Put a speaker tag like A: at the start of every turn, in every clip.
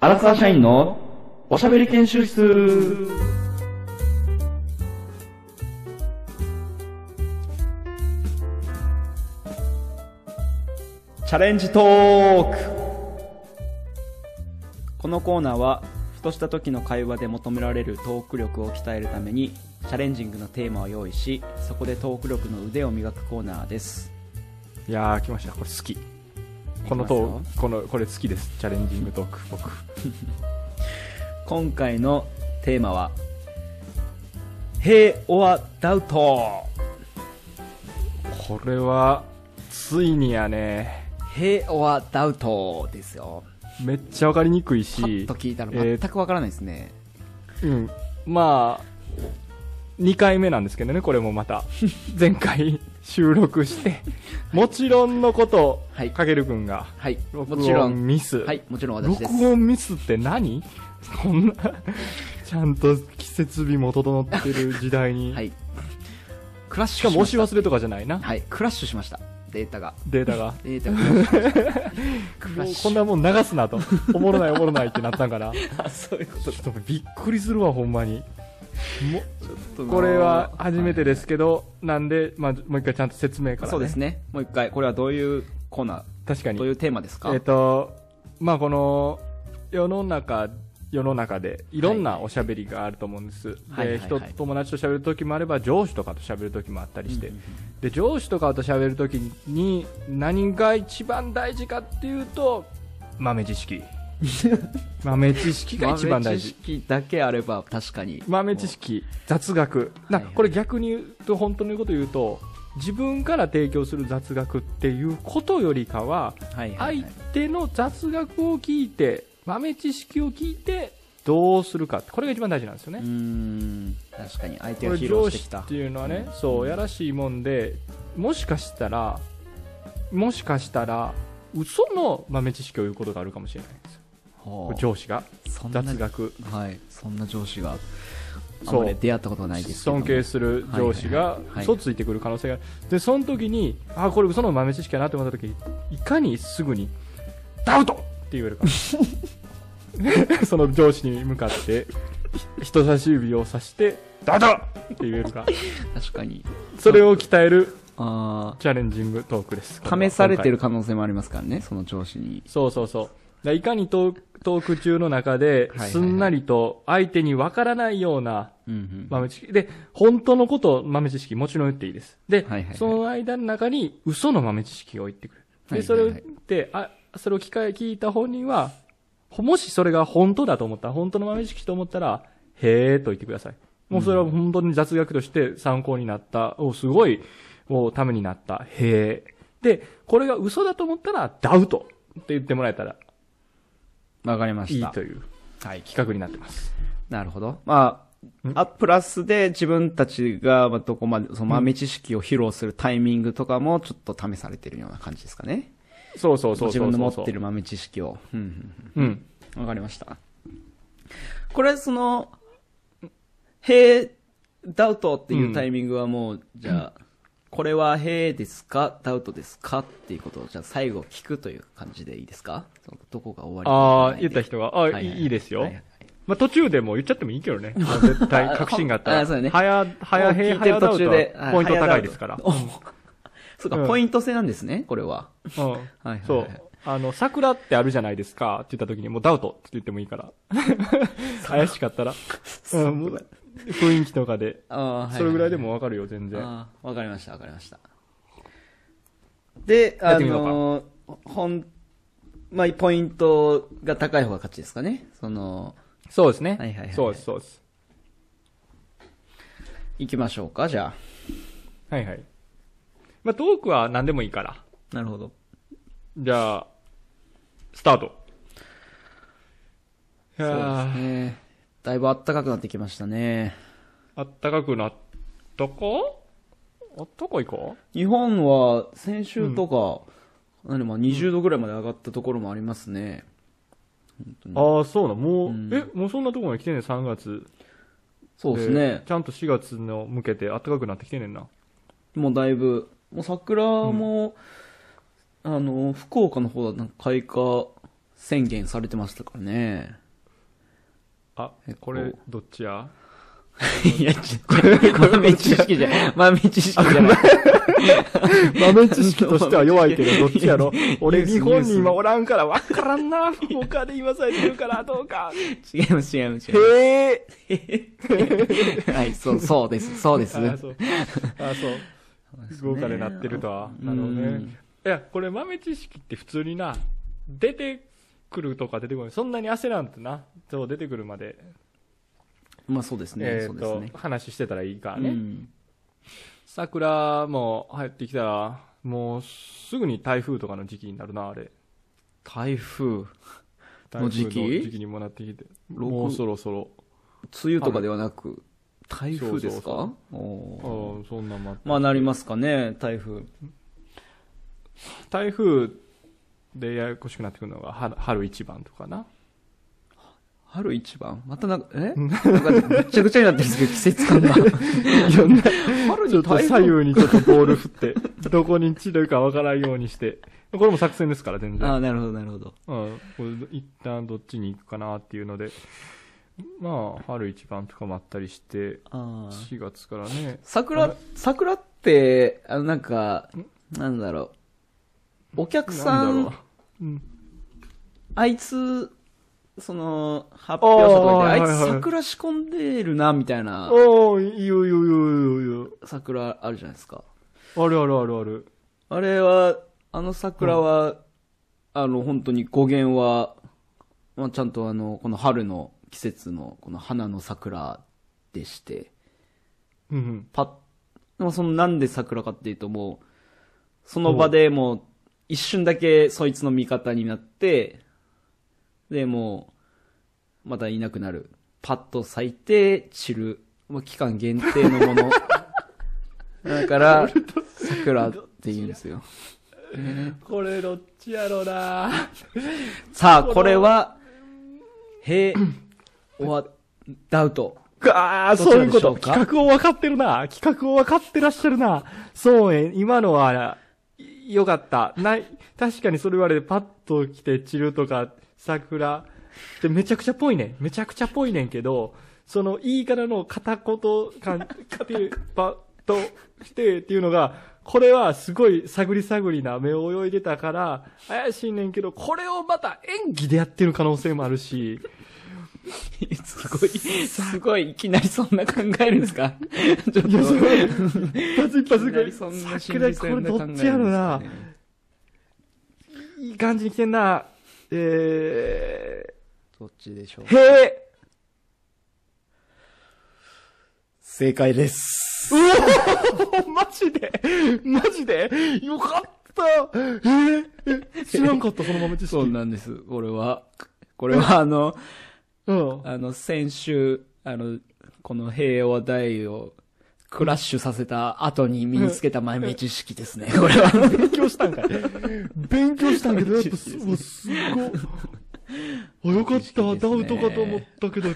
A: 荒沢社員のおしゃべり研修室。
B: チャレンジトークこのコーナーはふとした時の会話で求められるトーク力を鍛えるためにチャレンジングのテーマを用意しそこでトーク力の腕を磨くコーナーです
C: いやー来ましたこれ好きこのトークこのこれ好きですチャレンジングトーク僕
B: 今回のテーマは「平和ダウト
C: これはついにやね」
B: 平和ダウトですよ
C: めっちゃ分かりにくい
B: パッ
C: し
B: と聞いたら
C: え
B: 全くわからないですね、
C: ーうんまあ2回目なんですけどねこれも また前回収録してもちろんのこと、
B: はい
C: かけるくんが
B: はい
C: 録
B: もちろ
C: 音
B: ん
C: ミス、
B: はいもちろん私
C: 録
B: です
C: 音ミスって何こんなちゃんと設備も整ってる時代に、
B: はいクラッ
C: し
B: シュ
C: か
B: し
C: も
B: ま
C: 押
B: し
C: した忘れとかじゃないな
B: はいクラッシュしましたデータが
C: データが
B: データがクラッシュクラ
C: も
B: ッ
C: う
B: シ
C: こん
B: ュ
C: なもん流すなとおもろないおもろないってなったんからち
B: あそういうこと
C: ょっとびっくりするわほんまにも
B: とな
C: これは初めてですけど、なんで、まあ、もう一回ちゃんと説明から、ね、
B: そうですねもう一回これはどういうコーナ
C: 確か
B: ー
C: に
B: どういうテーマですか、
C: えっ、とまあこの世の中世の中でいろんなおしゃべりがあると思うんです、
B: はいはい
C: で
B: はい
C: 人
B: はい
C: 友達としゃべる時もあれば上司とかとしゃべる時もあったりして、
B: うんうん
C: で上司とかとしゃべる時に何が一番大事かっていうと豆知 識豆知識が一番大
B: 豆
C: 事
B: 知識だけあれば確かに
C: 豆知識雑学な、
B: はいはい
C: これ逆に言うと本当のこと言うと自分から提供する雑学っていうことよりかは
B: はいはい、はい
C: 相手の雑学を聞いて豆知識を聞いてどうするかこれが一番大事なんですよ
B: う
C: ね、
B: ーん確かに相手
C: こ
B: を
C: れ
B: 披露
C: 上
B: してき
C: 司
B: た
C: っていうのはね、
B: うん
C: そうやらしいもんでもしかしたらもしかしたら嘘の豆知識を言うことがあるかもしれないんですよ
B: ほう
C: 上司が
B: そんな
C: 雑学
B: はいそんな上司があ
C: そう
B: まり出会ったことないですけども
C: 尊敬する上司
B: はいは
C: が
B: いはいはい
C: 嘘ついてくる可能性がある、でその時にあこれ嘘の豆知識やなって思った時いかにすぐにダウトって言えるか その上司に向かってひ人差し指を指してダウトって言えるか
B: 確かに
C: それを鍛える
B: あ
C: チャレンジングトークです
B: あ試されてる可
C: 今
B: 能性もありますからねその上司に
C: 回そうそうそうだからいかにトークトーク中の中で
B: はいはい
C: すんなりと相手にわからないような
B: うんうん
C: 豆知識。で、本当のことを豆知識もちろん言っていいです。で、
B: はいはいはい
C: その間の中に嘘の豆知識を言ってくる。で、
B: はいはいはい
C: それを言って、あ、それを聞か聞いた本人は、ほもしそれが本当だと思ったら、本当の豆知識と思ったら、へーと言ってください。もうそれは本当に雑学として参考になった。お、すごい、お、ためになった。へーで、これが嘘だと思ったら、ダウトって言ってもらえたら
B: わかりま
C: い
B: し
C: い
B: た
C: という
B: はい
C: 企画になってます。
B: なるほど。まあ、あプラスで自分たちがまあどこまで、その豆知識を披露するタイミングとかもちょっと試されてるような感じですかね。
C: そうそうそうそうそう
B: 自分の持ってる。豆知識を。うんうん
C: うん。
B: うん。わかりました。これ、その、へえ、ダウトっていうタイミングはもう、じゃあ、これはへえですかダウトですかっていうことを、じゃあ最後聞くという感じでいいですかそのどこが終わりかわか
C: ああ、
B: んな
C: 言
B: い
C: っ
B: で
C: た人が、あ、
B: はい
C: い
B: はい
C: い、いいですよ。
B: はいはい
C: まあ、途中でもう言っちゃってもいいけ どね。まあ絶対、確信があったら。
B: あそうだね
C: はや、はや、へ
B: 聞いてる
C: はやだ
B: 途
C: う
B: 中
C: と
B: で、
C: ポイント高いですから。
B: お そうか、
C: うん
B: ポイント制なんですね、これは。
C: うん
B: はいはい
C: そう。あの、桜ってあるじゃないですかって言った時に、もうダウトって言ってもいい から。怪しかったら。うんもう雰囲気とかで。
B: ああ、は
C: それぐらいでもわかるよ、全然。
B: ああ、わかりました、わかりました。で、
C: や
B: あ
C: ってみようか
B: のー、本、まあ、ポイントが高い方が勝ちですかね。その、
C: そうですね。
B: はいはいはいはい
C: そうです、そうです。
B: 行きましょうか、じゃ
C: はいはい。まあ、トークは何でもいいから。
B: あ。なるほど。
C: じゃあ、スタート。い
B: そ
C: や
B: う
C: ー
B: ですね。だいぶ暖かくなってきましたね。
C: あったかくなったかあったかいか
B: 日本は先週とか、何まあ20度ぐらいまで上がったところもありますね。
C: ああ、そうな、もう、
B: うん
C: え、もうそんなとこまで来てんねん、3月。
B: そうですね。
C: ちゃんと4月の向けて暖かくなってきてんねんな。
B: もうだいぶ、もう桜も、あの、福岡の方だなんか開花宣言されてましたからね。
C: あ、これ、どっちや
B: いや、ちこれ、豆知識じ ゃ、豆知識じゃない。
C: 豆知識としては弱いけど、どっちやろ
B: ニ
C: 俺、
B: ュース
C: 日本に今おらんから分からんな。 福岡で今されてるから、どうか。
B: 違います、違います、違いま
C: へえ。
B: す。はい、そう、そうです、そうです。
C: あ、そう。あ、そう。福岡でなってるとは。なるほどね。いや、これ豆知識って普通にな、出てくるとか出てこない。そんなに焦らんとな。そう、出てくるまで、
B: まあそうですね、
C: え
B: そう
C: っ
B: です
C: と
B: ね、。
C: 話してたらいいから
B: う
C: ね。
B: ん
C: 桜も入ってきたら、もうすぐに台風とかの時期になるな、あれ。
B: 台風、
C: 台風
B: の時期
C: 時期にもなってきて。
B: 六
C: もうそろそろ。
B: 梅雨とかではなく、台風です
C: そう
B: か
C: ああ
B: おー
C: ー、そんなんもあって
B: まあなりますかね、台風。
C: 台風でややこしくなってくるのが春春一番とかな。
B: 春一番またなんか、えなんかぐっちゃぐちゃになってるんですけど、季節 感が。春
C: ちょっ
B: に
C: と
B: 台
C: 左
B: 風。
C: 右にちょっとボール振って、 どこに散るかわからんようにして。これも作戦ですから、全
B: あ
C: 然。
B: あ、なるほど、なるほど。
C: うん。これ一旦どっちに行くかなっていうので。まあ、春一番とかもあったりして、
B: ああ。
C: 4月からね。
B: 桜、桜って、あの、なんか、なんだろう。お客さ
C: なん
B: ん、
C: だろう。うん。
B: あいつ、その、発表者とかで、あ
C: あー
B: い
C: はいは
B: つ
C: い
B: 桜仕込んでるな、みたいな
C: おー、いいよいいよいいよいいよいいよ。
B: 桜あるじゃないですか。
C: あるあるあるある。
B: あれは、あの桜は、あの、本当に語源は、まあ、ちゃんとあの、この春の季節の、この花の桜でして、
C: うんうん。
B: パッ、まあ、そのなんで桜かっていうともう、その場でもう、一瞬だけそいつの味方になって、で、もう、またいなくなる。パッと咲いて散る。まあ、期間限定のも の。だから、桜って言うんですよ。
C: これどっちやろうな
B: さあ、これは、へ、は、ダウト。
C: ああ、
B: どち
C: そうい
B: ら
C: う
B: で
C: こ
B: しょ
C: と。
B: うか
C: 企画を分かってるな。企画を分かってらっしゃるな。そうね、今のは、いよかった。ない、確かにそれ言われてパッと来て散るとか、桜。で、めちゃくちゃぽいねん。めちゃくちゃぽいねんけど、その言い方の片言 感、て、ば、と、してっていうのが、これはすごい探り探りな目を泳いでたから、怪しいねんけど、これをまた演技でやってる可能性もあるし、
B: すごい、 すごい、いきなりそんな考えるんですかちょっと、
C: 一発一発
B: いきなり
C: こ
B: そ
C: れ
B: んな心
C: 桜
B: 理
C: これ
B: 戦で
C: ど
B: 考えるん
C: っ
B: です
C: ちや
B: か
C: ろな
B: ね。。
C: いい感じに来てんな。え
B: どっちでしょう
C: ー、へえ
B: 正解です。
C: マジでマジでよかったえー、え知らんかった、その豆知識。
B: そうなんです、これは。これはあの、
C: うん。
B: あの、先週、あの、この平和大をクラッシュさせた後に身につけた豆知識です ね、これは。
C: 勉強したんかい。勉強したんけど、やっぱす、もうすごい。あ、よかった、ダウトかと思ったけど、へ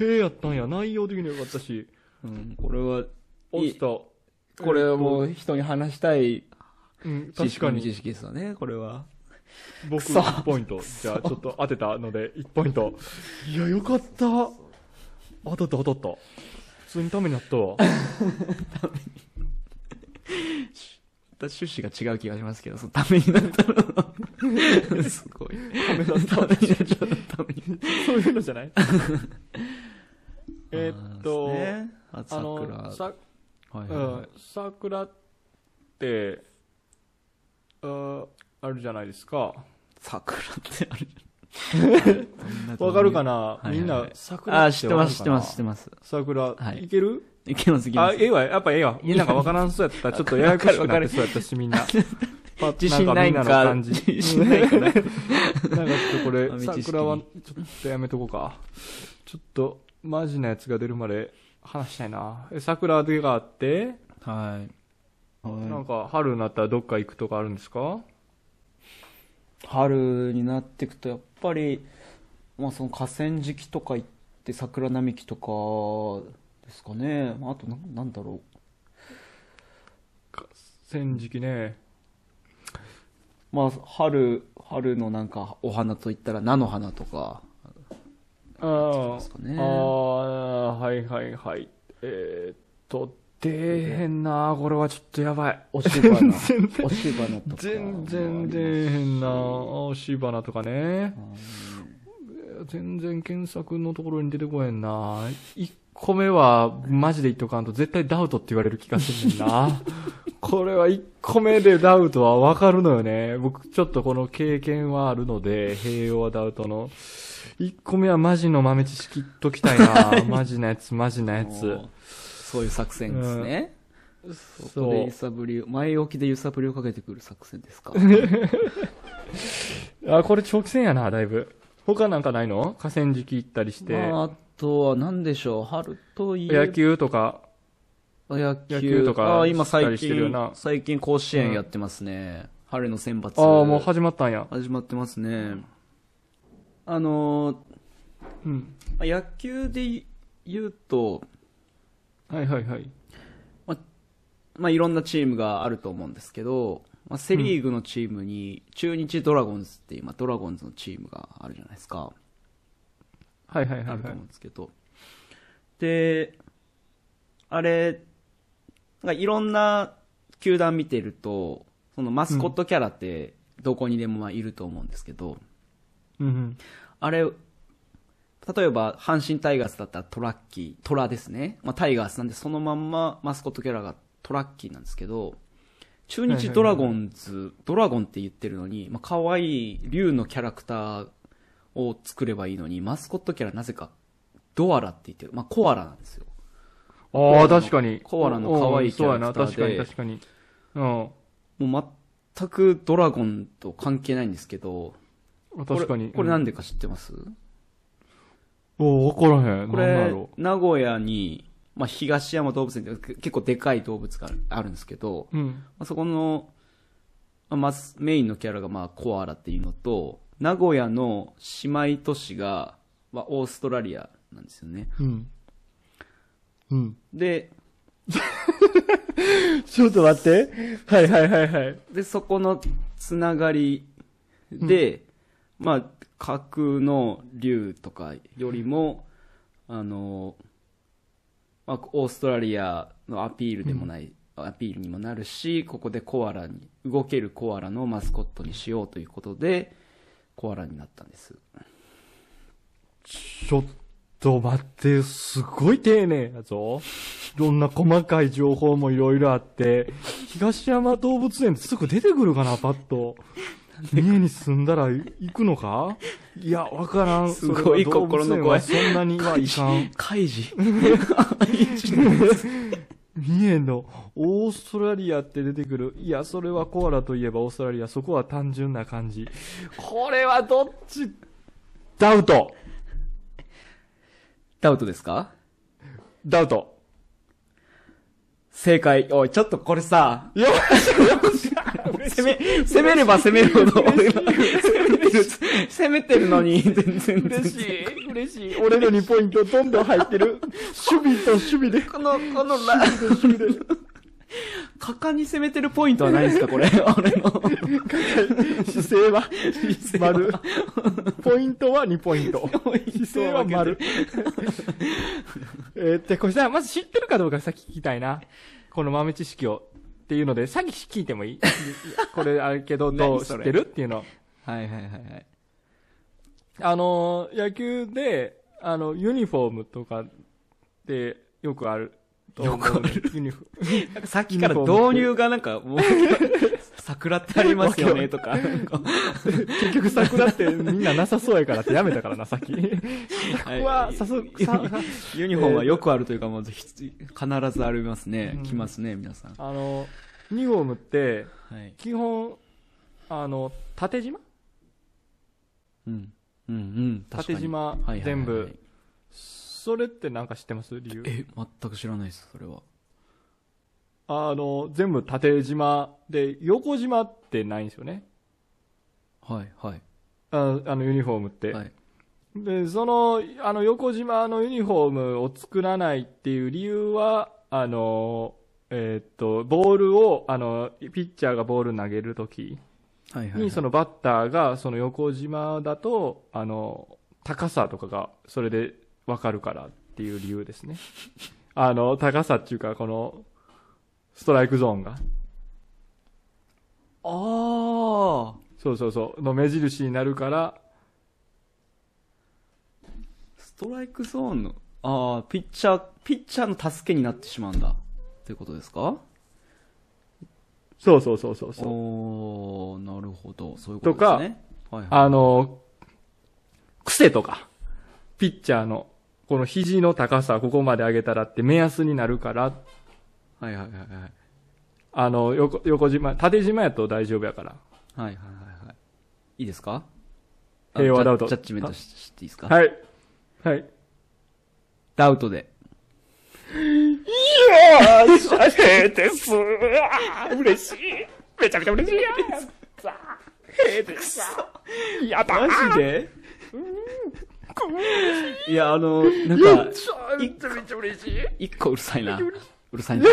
C: えやったんや。内容的にはよかったし。
B: うん、これは、いい
C: 落ちた。
B: これはもう人に話したい
C: うん、
B: 知
C: 確
B: 識
C: か
B: の
C: に
B: 知。識ですよね、これは。
C: 僕
B: そ
C: 1ポイント。じゃあちょっと当てたので1ポイント。いや、よかった。当たった当たった。普通にためになっ たわ。
B: 趣旨が違う気がしますけど、そのためになった の。すごい。ためになったためになっちゃった。ためになっ
C: そういうのじ ゃないえーっと、
B: あ
C: あ
B: 桜。
C: の、さ、
B: はいうは
C: ん、桜って、ああるじゃないですか。
B: い。桜ってあるじゃん。
C: わかるかな、
B: いはい
C: みんな、桜
B: あー、
C: っ
B: 知
C: て
B: って
C: わかるかな
B: ます、知ってます、知ってます。
C: 桜、
B: はい
C: い、ける
B: いけます、いけま
C: あ、
B: す。
C: ええわ、やっぱええわ。みんながわからんそうやった。ちょっとややこしくなって そうやったし、みんな。パッ
B: 自信ないんか
C: んかみんなの感じ。
B: 自信ないか
C: なんかちょっとこれ
B: 豆、知識
C: 桜は、ちょっとやめとこうか。ちょっと、マジなやつが出るまで話したいな。え桜でがあって、
B: はい。
C: なん
B: は
C: か春になったらどっか行くとかあるんですか
B: い、春になっていくと、やっぱり、まあその河川敷とか行って、桜並木とかですかね。まああとな、なんだろう。
C: 戦時期ね。
B: まあ、春、春のなんか、お花といったら菜の花とか、
C: あー
B: ですかね
C: あー、はいはいはい。えーっと、出えへんなこれはちょっとやばい。
B: おしばな、おしばなとか。
C: 全然出えへんなおし花とかね。全然検索のところに出てこへんな1個目はマジで言っとかんと絶対ダウトって言われる気がするねんなこれは1個目でダウトはわかるのよね僕ちょっとこの経験はあるので併用はダウトの1個目はマジの豆知識言っときたい なマジなやつマジなやつ
B: もうそういう作戦ですね。そこ
C: そ
B: で
C: う
B: 揺さぶりを、前置きで揺さぶりをかけてくる作戦ですか。
C: あこれ長期戦やなだいぶ他なんかないの河川敷行ったりして、
B: まあ、あとは何でしょう、春といえば
C: 野球とか
B: 野球
C: 野球とか
B: あ今
C: した
B: 最
C: りしてるよな
B: 近、最近甲子園やってますね。春の選抜。
C: ああもう始まったんや、
B: 始まってますね。あの
C: うん、
B: ー、野球で言うと、
C: はいはいはい
B: まあ、いろんなチームがあると思うんですけど、まあ、セリーグのチームに、中日ドラゴンズって今、ドラゴンズのチームがあるじゃないですか。
C: はいはいはいは
B: あ
C: い
B: ると思うんですけど。で、あれ、なんかいろんな球団見てると、そのマスコットキャラってどこにでもまあいると思うんですけど、
C: うんうん
B: あれ、例えば阪神タイガースだったらトラッキー、トラですね。まあタイガースなんでそのまんまマスコットキャラがトラッキーなんですけど、中
C: はいはい
B: 日
C: はい
B: ドラゴンズ、ドラゴンって言ってるのに、まあ可愛い竜のキャラクターを作ればいいのに、マスコットキャラなぜかドアラって言ってる、まあコアラなんですよ。
C: ああ、確かに。
B: コアラの可愛いキャラクターで
C: そうやな、確かに確かに。
B: もう全くドラゴンと関係ないんですけど、
C: うん。確かに。
B: これこれ
C: う
B: なんんでか知ってます、
C: おお、わからへん。
B: こ
C: なんだ
B: れ
C: ろ、
B: 名古屋に、まあ、東山動物園って結構でかい動物があるあるんですけど、
C: う。うん。
B: まあ、そこの、まあまずメインのキャラがまあコアラっていうのと、名古屋の姉妹都市が、まあ、オーストラリアなんですよね。
C: うん。うん。
B: で、
C: ちょっと待って。はいはいはいはい。
B: で、そこのつながりで、まあ、架空の竜とかよりも、あの、まあ、オーストラリアのアピールでもない、アピールにもなるし、ここでコアラに、動けるコアラのマスコットにしようということで、コアラになったんです。
C: ちょっと待って、すごい丁寧やぞ。いろんな細かい情報もいろいろあって、東山動物園ってすぐ出てくるかな、パッと。家に住んだら行くのかいや、わからん。
B: すごい
C: それは動物園はそんなにはいかん。
B: カイジ
C: 三重のオーストラリアって出てくる。いや、それはコアラといえばオーストラリア。そこは単純な感じ。これはどっちダウト
B: ダウトですか
C: ダウト
B: 正解。おい、ちょっとこれさ、
C: よ
B: 攻め、攻めれば攻めるほど、俺は攻めてる、攻めてるのに、全然、全然。
C: い嬉しい俺の2ポイントどんどん入ってる。 守備と守備で。
B: この、このラ、果敢に攻めてるポイントはないですか、これ。俺 の。
C: 姿勢は丸。ポイントは2ポイン ト。姿勢は丸。 えーって、これさ、まず知ってるかどうかさ、聞きたいな。この豆知識を。っていうので、さっき聞いても いいいやこれあるけど、どう
B: 何
C: 知
B: そ
C: っ
B: れ
C: てるっていうの。
B: はいはいはいはい。
C: あのー、野球で、あの、ユニフォームとかでよくあると思う。よくある。ユニフォーム。
B: なんかさっきから導入がなんか、も う、桜ってありますよね、とか。なんか
C: 結局桜ってみんななさそうやからってやめたからな、さっき。ここは、さす、 さ、
B: ユニフォームはよくあるというか、もう、ひつ必ずありますね
C: うん。
B: 来ますね、皆さん。
C: あの、ユニフォームって、
B: はい。
C: 基本、あの、縦縞
B: うん。うんうん。確かに
C: 縦縞
B: はいはいはい
C: 全部。それってなんか知ってます理由。
B: え、全く知らないです、それは。
C: あの、全部縦縞で、横縞ってないんですよね。
B: はいはい。
C: ああの、ユニフォームって。
B: はい。
C: で、その、あの、横縞のユニフォームを作らないっていう理由は、あの、えーっと、ボールを、あの、ピッチャーがボール投げるとき
B: はいはい、はい。
C: に、そのバッターが、その横島だと、あの、高さとかが、それでわかるからっていう理由で すね。あの、高さっていうか、この、ストライクゾーンが、
B: ああ。
C: そうそうそう、の目印になるから、
B: ストライクゾーンの、ああ、ピッチャー、ピッチャーの助けになってしまうんだ。ということですか
C: そうそうそうそうそう。
B: おー、なるほど。そういうことですね。はいはい。
C: あの、癖とか、ピッチャーの、この肘の高さ、ここまで上げたらって目安になるから、
B: はいはいはいはい。
C: あの、横、横島、縦島やと大丈夫やから。
B: はいはいはいはい。いいですかあ
C: 平和
B: ジャ
C: ダウト
B: ジャッジメントししていいですか
C: はい。はい。
B: ダウトで。 マジでいや、あの、なんか、一個うるさ いな。うるさいな。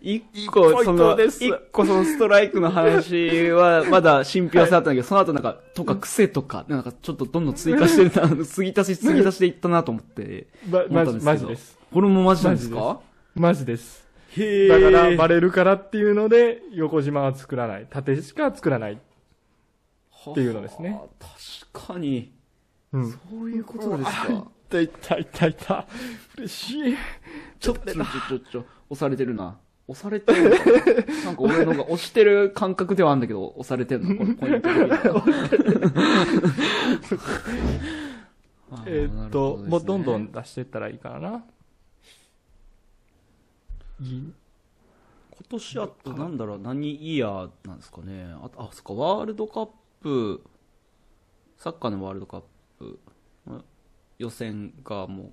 B: 一個、その、一個そのストライクの話は、まだ信憑性あったんだけど、その後なんか、とか癖とか、なんかちょっとどんどん追加してる な、あの継ぎ足し継ぎ足していったなと思って、
C: ま、
B: 思
C: ま
B: ったんですけ
C: じ、
B: ど
C: まじです。
B: これもマジなんですか
C: まじです。
B: へ
C: だから、
B: バ
C: バ
B: レ
C: レるからっていうので、横島は作らない。縦しか作らない。っていうのですね。
B: 確かに。
C: うん。
B: そういうことですか。
C: 痛い痛い痛い痛い。嬉しい。
B: ちょっと、ちょ、ちょ、ちょ、押されてるな。押されて るな。なんか俺のが押してる感覚ではあるんだけど、押されてるの、これ、ポイント的には あー
C: えーっと、
B: なるほ
C: もうどん
B: です
C: ど
B: ね
C: ん出してったらいいからな。いい
B: 今年あと、なんだろう、何イヤーなんですかね。あと、あ、そっか、ワールドカップ、サッカーのワールドカップ、うん予選がもう、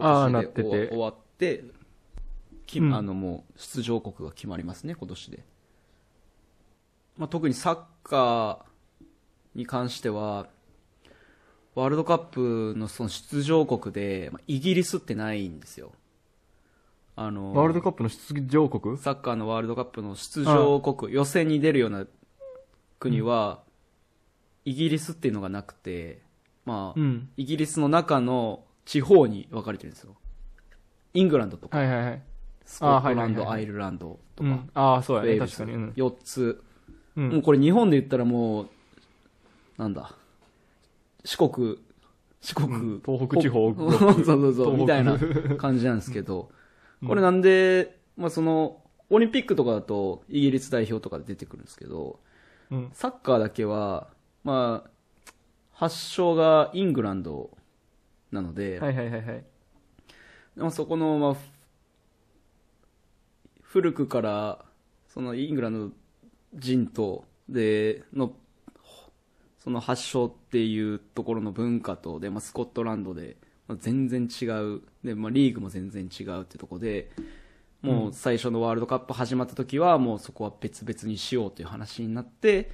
C: あー
B: 今
C: な
B: 年
C: っ
B: で
C: てて
B: 終わ終わって、き
C: うん
B: あの、もう、出場国が決まりますね、今年で。まあ、特にサッカーに関しては、ワールドカップのその出場国で、まあ、イギリスってないんですよ。あの、
C: ワールドカップの出場国
B: サッカーのワールドカップの出場国、予選に出るような国は、イギリスっていうのがなくて、まあ、
C: うん。
B: イギリスの中の地方に分かれてるんですよ。イングランドとか、
C: はいはいはい。
B: スコット
C: あー
B: ランド、
C: はいはいはい
B: アイルランドと
C: う
B: か、
C: ん、ああ、そう
B: ウ
C: や
B: ェー
C: ね。
B: ル
C: 確か
B: ズ、
C: に。うん。
B: 4つ。
C: う、
B: もうんこれ日本で言ったらもう、なんだ、四国、四国、
C: ん東北地方
B: ほ そうそう
C: 東
B: そう、
C: 北
B: みたいな感じなんですけど、
C: うん
B: これなんで、まあその、オリンピックとかだとイギリス代表とかで出てくるんですけど、
C: うん。
B: サッカーだけは、まあ、発祥がイングランドなので、
C: はいはいはいはい。
B: まあ、そこの、まあ、ふ古くから、そのイングランド人と、で、の、その発祥っていうところの文化と、で、まあ、スコットランドで、まあ、全然違う。で、まあ、リーグも全然違うってとこで、もう最初のワールドカップ始まった時は、もうそこは別々にしようという話になって、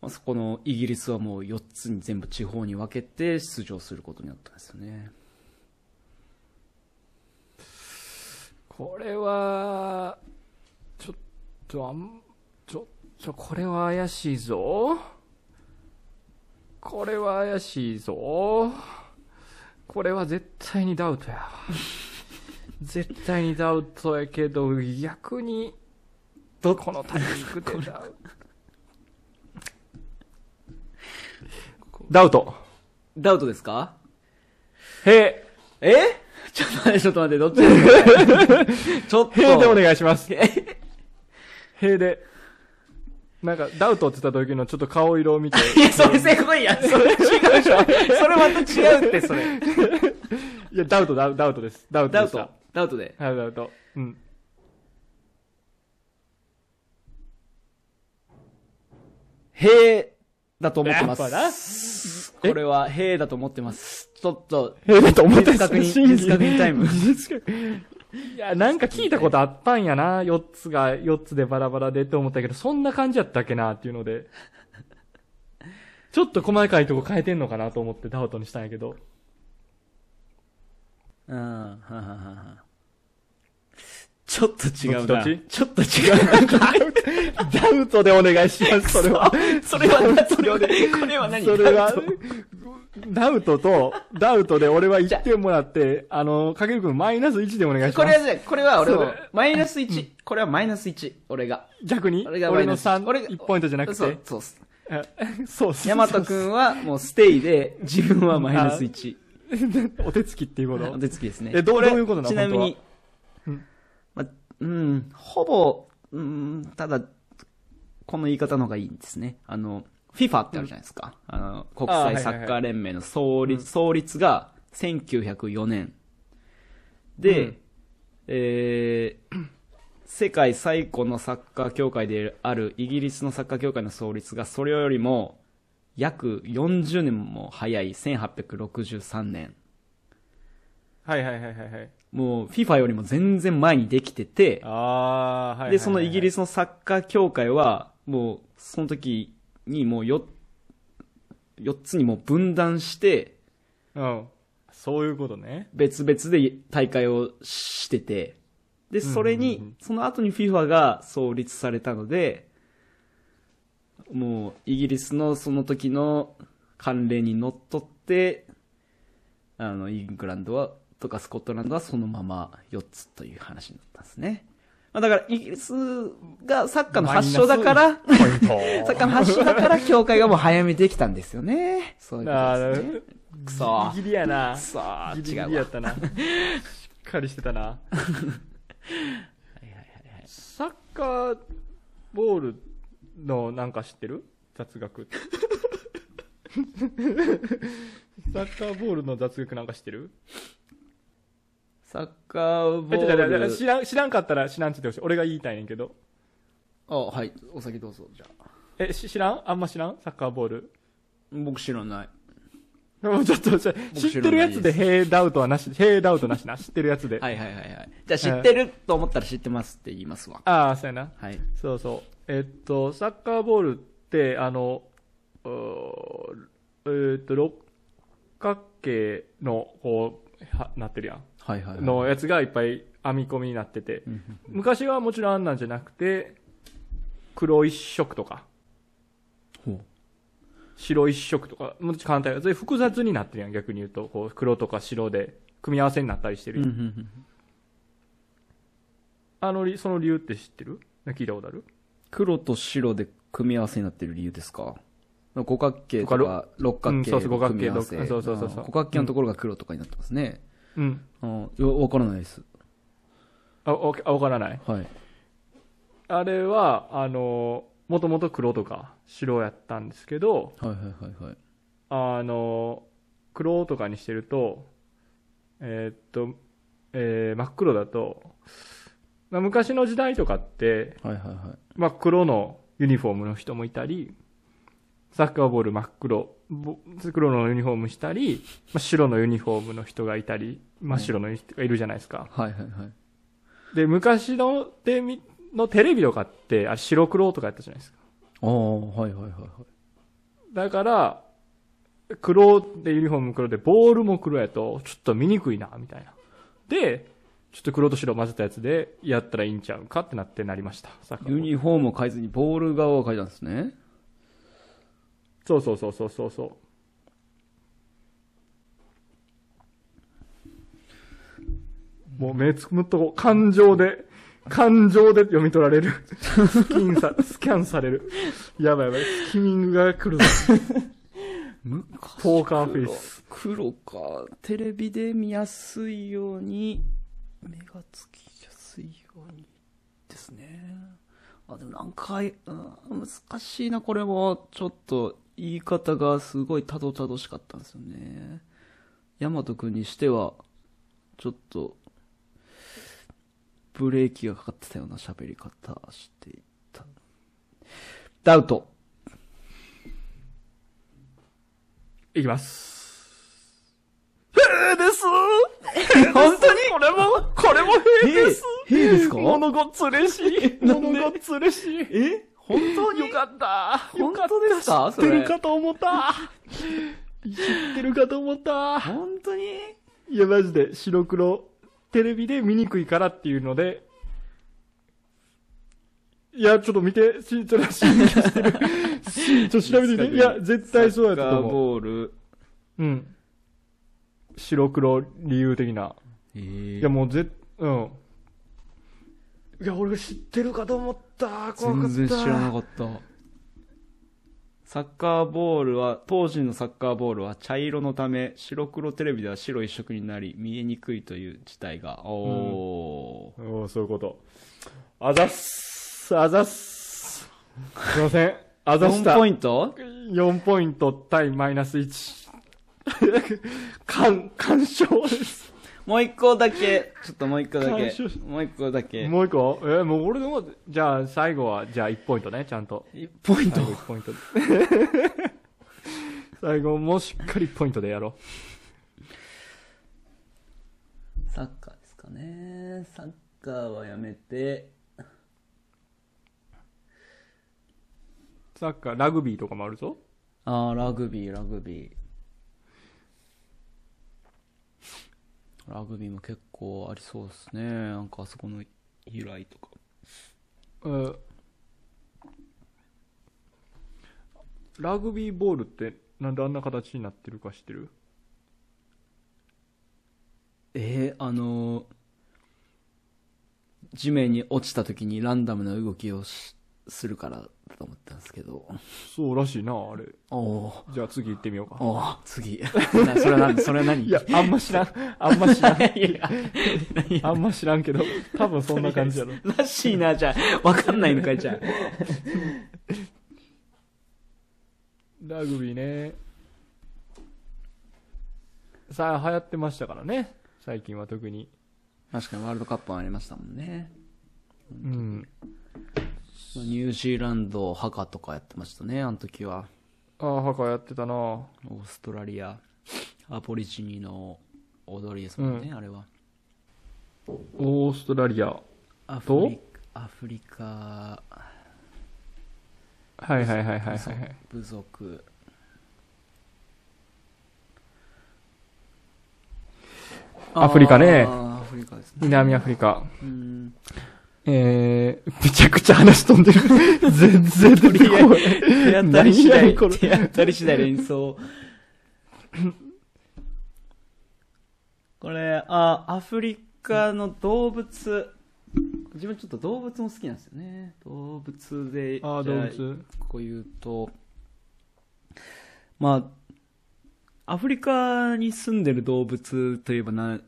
B: まあ、そこのイギリスはもう4つに全部地方に分けて出場することになったんですよね。
C: これは、ちょっと、あん、ちょっと、これは怪しいぞ。これは怪しいぞ。これは絶対にダウ トや。絶対にダウトやけど、逆に、どこのタイミングでダウト。ダウト。
B: ダウトですか
C: へ
B: えちょっと待って、ちょっと待って、どっちですかちょっ
C: い、へいで
B: と。
C: お願いします。へいで。なんか、ダウトって言った時のちょっと顔色 を見て、
B: いや、それせこいやん。それ違うでしょ。それまた違うって、それ。
C: いや、ダウト、ダウダウトです。ダウト
B: ダ
C: で
B: ウ
C: した。
B: ト。ダウトで。
C: はい、ダウト。うん。
B: へえ、だと思ってま
C: やっぱな
B: す。これは、へえだと思ってます。ちょっと、
C: えだと思った
B: 事実確認、事実確認タイム。
C: いや、なんか聞いたことあったんやな。4つが、4つでバラバラでって思ったけど、そんな感じやったっけなっていうので。ちょっと細かいとこ変えてんのかなと思ってダウトにしたんやけど。
B: うん、はははは。ちちょっと違う
C: ど
B: な。
C: っちどっ
B: ちょっと違うな。
A: ダウトでお願いします、それは。
B: それはな、それはね、これは何
C: そ
B: ダ
C: れは
B: ウト、
C: ダウトと、ダウトで俺は1点もらって、あの、かけるくんマイナス1でお願いし
B: こ
C: ま
B: れは
C: す。
B: ね、これは俺
C: そ
B: も
C: れ、
B: マイナス1。これはマイナス1。俺が。
C: 逆に
B: 俺がマ
C: 俺
B: イ
C: の
B: ナス
C: 3、
B: 俺が
C: 1ポイントじゃなく
B: そ
C: て
B: う、。そうっす。
C: えそうっす
B: ヤマトくんはもうステイで、自分はマイナス1。
C: お手つきっていうこと
B: お手つきですね。
C: えどう
B: れ
C: どういうことなの
B: ちなみに
C: 本当はう
B: ま、う
C: ん、
B: ん、ほぼ、うん、ただ、この言い方の方がいいんですね。あの、FIFA ってあるじゃないですか。あの、国
C: あーは
B: 際
C: いはい
B: サ
C: はい
B: ッカー連盟の創立、創立が1904年。で、
C: うん
B: えー世界最古のサッカー協会であるイギリスのサッカー協会の創立がそれよりも約40年も早い1863年。
C: はいはいはいはいはい。
B: もう FIFA よりも全然前にできてて、
C: あー、はい。
B: で、そのイギリ
C: ス。
B: スのサッカー協会は、もう、その時にもうよ、4つにもう分断して、
C: うん。そういうことね。
B: 別々で大会をしてて、で、それ
C: うんうんう
B: に、その後に FIFA が創立されたので、もう、イギリスのその時の慣例にのっとって、あの、イングランドは、とかスコットランドはそのまま4つという話になったんですね。まあだから、イギリスがサッカーの発祥だから、
C: ポイント。
B: サッカーの発祥だから、協会がもう早めできたんですよね。そういうこと
C: あ
B: ですね。
C: ー、
B: くそ
C: ギリギリやな。
B: くそー
C: ギリギ
B: 違う
C: リや
B: わ
C: っ。たな。しっかりしてたな。サッカーボールのなんか知ってる雑 学。サッカーボールの雑学なんか知ってる
B: サッカーボ
C: え、ちょちょち
B: ー
C: ょ
B: ル
C: 知。らん、知らんかったら知らんつってほしい。俺が言いたいねんけど。
B: あ、はい。お先どうぞ、じゃあ。
C: え、し知らんあんま知らんサッカーボール。
B: 僕知らない。
C: もうちょっと、ちょ知ってるやつで、へーダウトはなし、へーダウトなしな。知ってるやつで。
B: はいはいはいはい。じゃあ知ってると思ったら知ってますって言いますわ。
C: ああ、そうやな。
B: はい。
C: そうそう。えっと、サッカーボールって、あの、うーえっと、六角形の、こう、はなってるやん。
B: はいはい、
C: のやつがいっぱい編み込みになってて。昔はもちろんあんなんじゃなくて、黒一色とか、
B: ほう。
C: 白一色とか、もうちょっと簡単や。それ複雑になってるやん、逆に言うと。こう、黒とか白で、組み合わせになったりしてる
B: う
C: や
B: ん
C: ん。
B: うんうん
C: あのり、その理由って知ってる聞いたことある
B: 黒と白で組み合わせになってる理由ですか五角形と
C: とか
B: か六角形
C: うんそうそう
B: の組み合わ
C: 五角
B: せ。
C: 形そうそうそうそう
B: あー五角形のところが黒とかになってますね。
C: うん。
B: うん。いやわからないです。
C: あ、わあわからない。
B: はい。
C: あれは、あの、もともと黒とか白やったんですけど、
B: はいはいはいはい。
C: あの、黒とかにしてると、えーっと、えー真っ黒だと、まあ、昔の時代とかって、
B: はいはいはい。
C: まあ、黒のユニフォームの人もいたり、サッカーボール真っ黒、ぼ黒のユニフォームしたり、まあ、白のユニフォームの人がいたり、真っ白の人がいるじゃないですか。
B: はいはいはい。
C: で、昔のテレビのテレビとかって、あれ白黒とかやったじゃないですか。
B: ああ、はいはいはいはい。
C: だから、黒でユニフォーム黒で、ボールも黒やと、ちょっと見にくいな、みたいな。で、ちょっと黒と白混ぜたやつで、やったらいいんちゃうかってなってなりました。サッカーボー
B: ユ
C: ル
B: ニフォームを変えずにボール側を変えたんですね。
C: そうそうそうそうそうそう。もう目つむっとこう、感情で、感情で読み取られる。スキンさ、スキャンされる。やばいやばい、スキミングが来るぞ。
B: 昔
C: ポーカーフェイス。
B: 黒か。テレビで見やすいように、目がつきやすいようにですね。あ、でもなんか、うん、難しいな、これも。ちょっと、言い方がすごいたどたどしかったんですよね。ヤマト君にしては、ちょっと、ブレーキがかかってたような喋り方していた。ダウト。
C: いきます。
B: へです 本当にこれも、これもへですへですか
C: 物ごっつ嬉しい。
B: なんで
C: 物ごっつ嬉しい。
B: え本当に
C: よかった。
B: 本当ですか
C: よった知ってるかと思った。知ってるかと思った。
B: 本当に
C: いや、マジで、白黒、テレビで見にくいからっていうので、いや、ちょっと見て、し、ちょっと、し、し てる。し、ちょっと調べてみて。いや、絶対そうやった
B: サ
C: と
B: ッカー
C: 思う。
B: ボール。
C: うん。白黒理由的な。
B: え
C: い
B: ー
C: や、もうぜ、うん。いや、俺知ってるかと思った。怖かった。
B: 全然知らなかった。サッカーボールは、当時のサッカーボールは茶色のため、白黒テレビでは白一色になり、見えにくいという事態が。おー。
C: おーそういうこと。あざっす。あざっす。すいません。あざした。
B: 4ポイント
C: 4ポイント対マイナス1。完、完勝です。
B: もう一個だけ。ちょっともう一個だ
C: 完
B: け
C: 勝し。
B: もう一個だけ。
C: もう一個えーもう俺の方、じゃあ最後は、じゃあ1ポイントね、ちゃんと。
B: 1ポイント
C: 最。後1ポイ ント。最後もしっかり1ポイントでやろ
B: サッカーですかね。サッカーはやめて、
C: う。サッカー、ラグビーとかもあるぞ。
B: あー、ラグビー、ラグビー。ラグビーも結構ありそうですね。なんかあそこの由来とか。
C: うんラグビーボールってなんであんな形になってるか知ってる
B: えー、あのー地面に落ちた時にランダムな動きをしするからだと思ったんですけど。
C: そうらしいな、あれ。
B: おー、
C: じゃあ次行ってみようか。
B: おー、次。な それは何それは何
C: いや、あんま知らん。あんま知らん。
B: いや、
C: あんま知らんけど、多分そんな感じや ろ。
B: らしいな、じゃあ。わかんないのかい、じゃあ。
C: ラグビーね。さあ、流行ってましたからね。最近は特に。
B: 確かにワールドカップもありましたもんね。
C: うん。
B: まあニュージーランド、ハカとかやってましたね、あの時は。
C: ああ、ハカやってたな。
B: オーストラリア、アポリジニの踊りですもんね、
C: う
B: あれは。
C: オーストラリア。は
B: アフリアフリカ、
C: いはいはいはいはい。
B: 部族。
C: アフリカね
B: あーアフリカですね。
C: 南アフリカ。
B: うん。
C: えー、めちゃくちゃ話飛ん でる。全然出てこない。
B: 手当たり次
C: 何や
B: 第、
C: ねんこれ
B: 手当たり次第連想。これ、あ、アフリカの動物。自分ちょっと動物も好きなんですよね。動物で、
C: ああ、
B: じゃ
C: 動物。
B: こう言うと、まあ、アフリカに住んでる動物といえばな、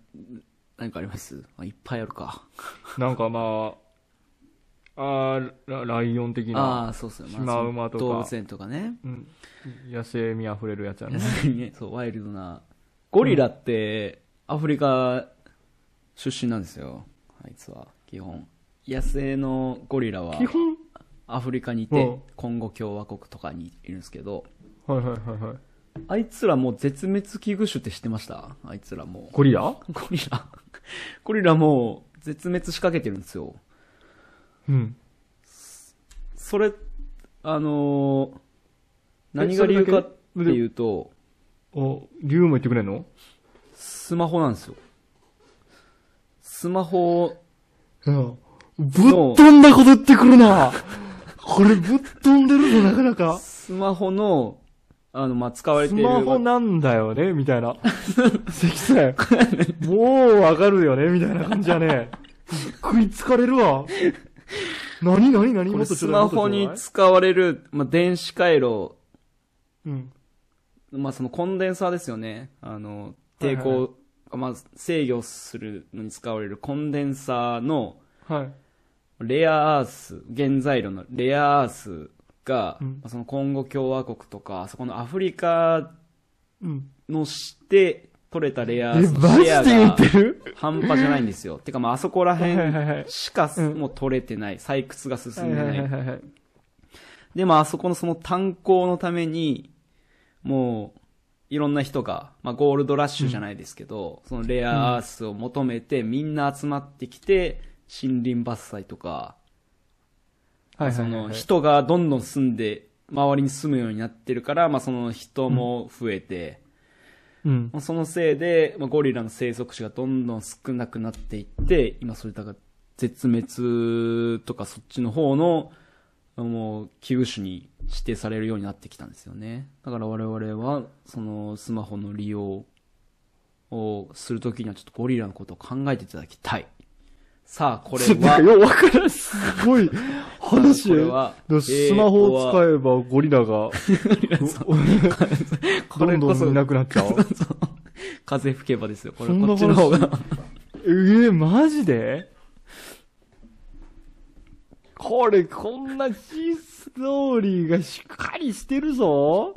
B: 何かありますあいっぱいあるか。
C: なんかまあ、あーラライオン的
B: ああ
C: な、
B: ー、そうそう。
C: シマウマとか
B: その動物園とかね。
C: うん、野生味あふれるやつやね。
B: ね そう、ワイルドな。ゴリラって、アフリカ出身なんですよ。あいつは、基本。野生のゴリラは、
C: 基本
B: アフリカにいて、
C: うん
B: コンゴ共和国とかにいるんですけど、
C: はいはいはいはい。
B: あいつらもう絶滅危惧種って知ってましたあいつらもう。
C: ゴリラ
B: ゴリラ。ゴリラもう絶滅しかけてるんですよ。
C: うん。
B: それ、あのー何が理由かっていうと、
C: お、理由も言ってくれんの
B: スマホなんですよ。スマホを
C: うん。ぶっ飛んだこと言ってくるな これぶっ飛んでるぞ、なかなか。
B: スマホの、あの、まあ、使われ
C: ス
B: ている。
C: マホなんだよ ね、みたいな。関さん、もうわかるよね、みたいな感じや ね。食いつかれる わ。何何何
B: こ
C: も
B: れ
C: っとち
B: ス
C: ょうだい
B: マホに
C: もっとちょ
B: 使われる、まあ、電子回路、
C: うだいうん。
B: まあ、そのコンデンサーですよね。あの、
C: はい
B: 抵
C: はい
B: 抗、まあ、制御するのに使われるコンデンサーの、
C: はい。
B: レアアース、原材料のレアアースが、
C: うん
B: まあそのコンゴ共和国とか、そこのアフリカ
C: うん。
B: のして取れたレアア
C: え、
B: ースの
C: マジ
B: シェア
C: で言
B: が
C: ってる
B: 半端じゃないんですよ。てかまああそこら
C: はいはいは
B: 辺
C: い
B: しか
C: うん
B: もう取れてない。採掘が進
C: はい
B: んで
C: はい
B: ない。
C: はいはい。
B: でまああそこのその炭鉱のために、もう、いろんな人が、まあゴールドラッシュじゃないですけど、そのレアアースを求めてみんな集まってきて、森林伐採とか、
C: はいはいはい
B: その人がどんどん住んで、周りに住むようになってるから、まあその人も増えて、
C: うん。
B: まあそのせいで、まあゴリラの生息地がどんどん少なくなっていって、今それだから絶滅とかそっちの方の、もう、危惧種に指定されるようになってきたんですよね。だから我々は、その、スマホの利用をするときにはちょっとゴリラのことを考えていただきたい。さあ、これ
C: なんか
B: は、
C: ようわからん。すごい話
B: これは
C: でスマホを使えばゴリラ が、
B: こ
C: ど
B: れ
C: んど
B: こ
C: ん
B: そ
C: い、なくなっちゃう。
B: 風吹けばですよ。これ、
C: そんな
B: こっちの方
C: 話
B: が。
C: えー、マジでこれ、こんなシーストーリーがしっかりしてるぞ。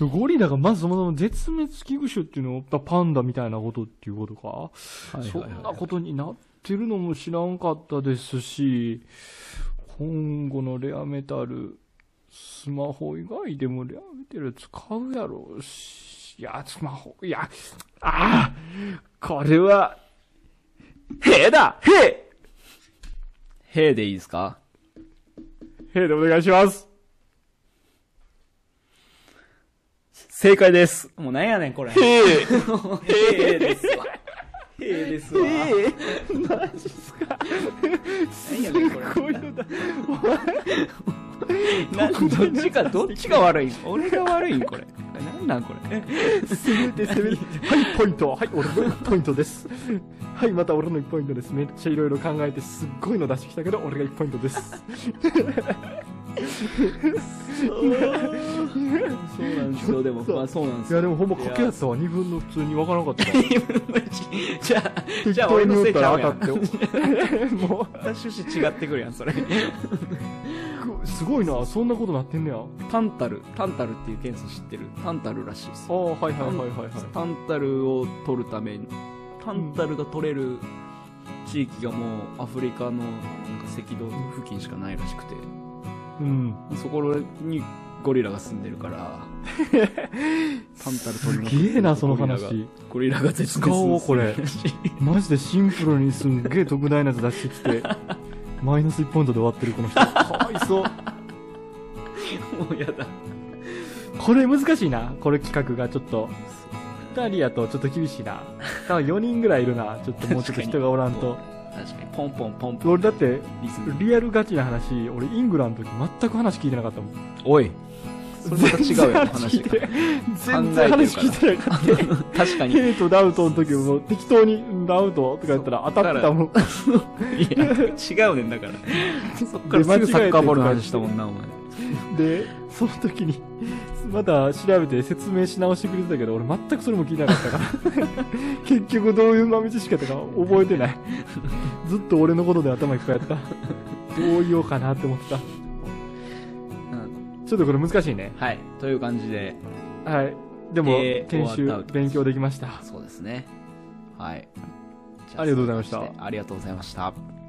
C: ゴリラがまずそもそも絶滅危惧種っていうのを、パンダみたいなことっていうことか。 そんなことになってるのも知らんかったですし、今後のレアメタル、スマホ以外でもレアメタル使うやろうし、いや、スマホ、いや、ああこれは、へだへ
B: へーでいいですか
C: へでお願いします
B: 正解です。もうなんやねん、これ。へ
C: へ
B: ーですわ。へーですわ。
C: マジっすか
B: なんやねん、これ。
C: こういうのだ。
B: などっちか、どっちが悪いん俺が悪いんこれ。なんなんこれ。
C: 攻めて攻めて。はい、ポイント。はい、俺の1ポイントです。はい、また俺の1ポイントです。めっちゃいろいろ考えて、すっごいの出してきたけど、俺が1ポイントです。
B: そうなんですよ、でも。まあそうなんです
C: い
B: よ。
C: や、でもほんま賭けやったわ。2分の普通に分からなかったわ。
B: じゃあ、じ
C: 適
B: ゃあ
C: 当
B: 俺
C: に
B: の
C: 打
B: せ
C: っ
B: い
C: た
B: ちゃ
C: ら
B: うや
C: 当た
B: ん。
C: って。 も
B: 私趣旨違ってくるやん、それ。
C: う、すごいな。そんなことなってんねや。あ
B: タンタル、タンタルっていう元素知ってる。タンタルらしいですよ。
C: あ、はいはいはいはいはい。
B: タンタルを取るために、タンタルが取れる地域がもうアフリカのなんか赤道付近しかないらしくて、
C: うん。
B: そこにゴリラが住んでる から、タンタル取りまくって
C: すげえな、その
B: ゴリラが
C: 話。
B: ゴリラが絶滅
C: 使おうこれ
B: するらしい
C: マジでシンプルにすんげえ特大なやつ出してきて、 マイナス1ポイントで終わってる、この人。かわいそう。
B: もうやだ。
C: これ難しいな、これ企画がちょっと。2人やとちょっと厳しいな。多分4人ぐらいいるな、ちょっともうちょっと人がおらんと。
B: 確かに、ポンポンポンポン。
C: 俺だって、
B: リズム。
C: リアルガチな話、俺イングランドの時全く話聞いてなかったもん。
B: おい。それまた違うよ、話
C: 全
B: が。
C: 然話聞いてない全然話聞いてなかった。
B: 確かに。
C: ヘイとダウトの時も適当にうんダウトとか言ったら当たってたもん。
B: いや、違うねんだから。 そっからすぐサッカーボールの話したもんな、お前。
C: で、その時に、また調べて説明し直してくれてたけど、俺全くそれも聞いてなかったから。 結局どういう豆知識やったか覚えてない。ずっと俺のことで頭いっぱいやった。どう言おうかなって思ってた。ち
B: うん
C: ょっとこれ難しいね。
B: はい。という感じで、
C: はい。でも、
B: えー
C: 研
B: 終
C: 修
B: わったわけ、
C: 勉強できました。
B: そうですね。はい。じゃ
C: ありがとうございました
B: そんな感じでありがとうございました。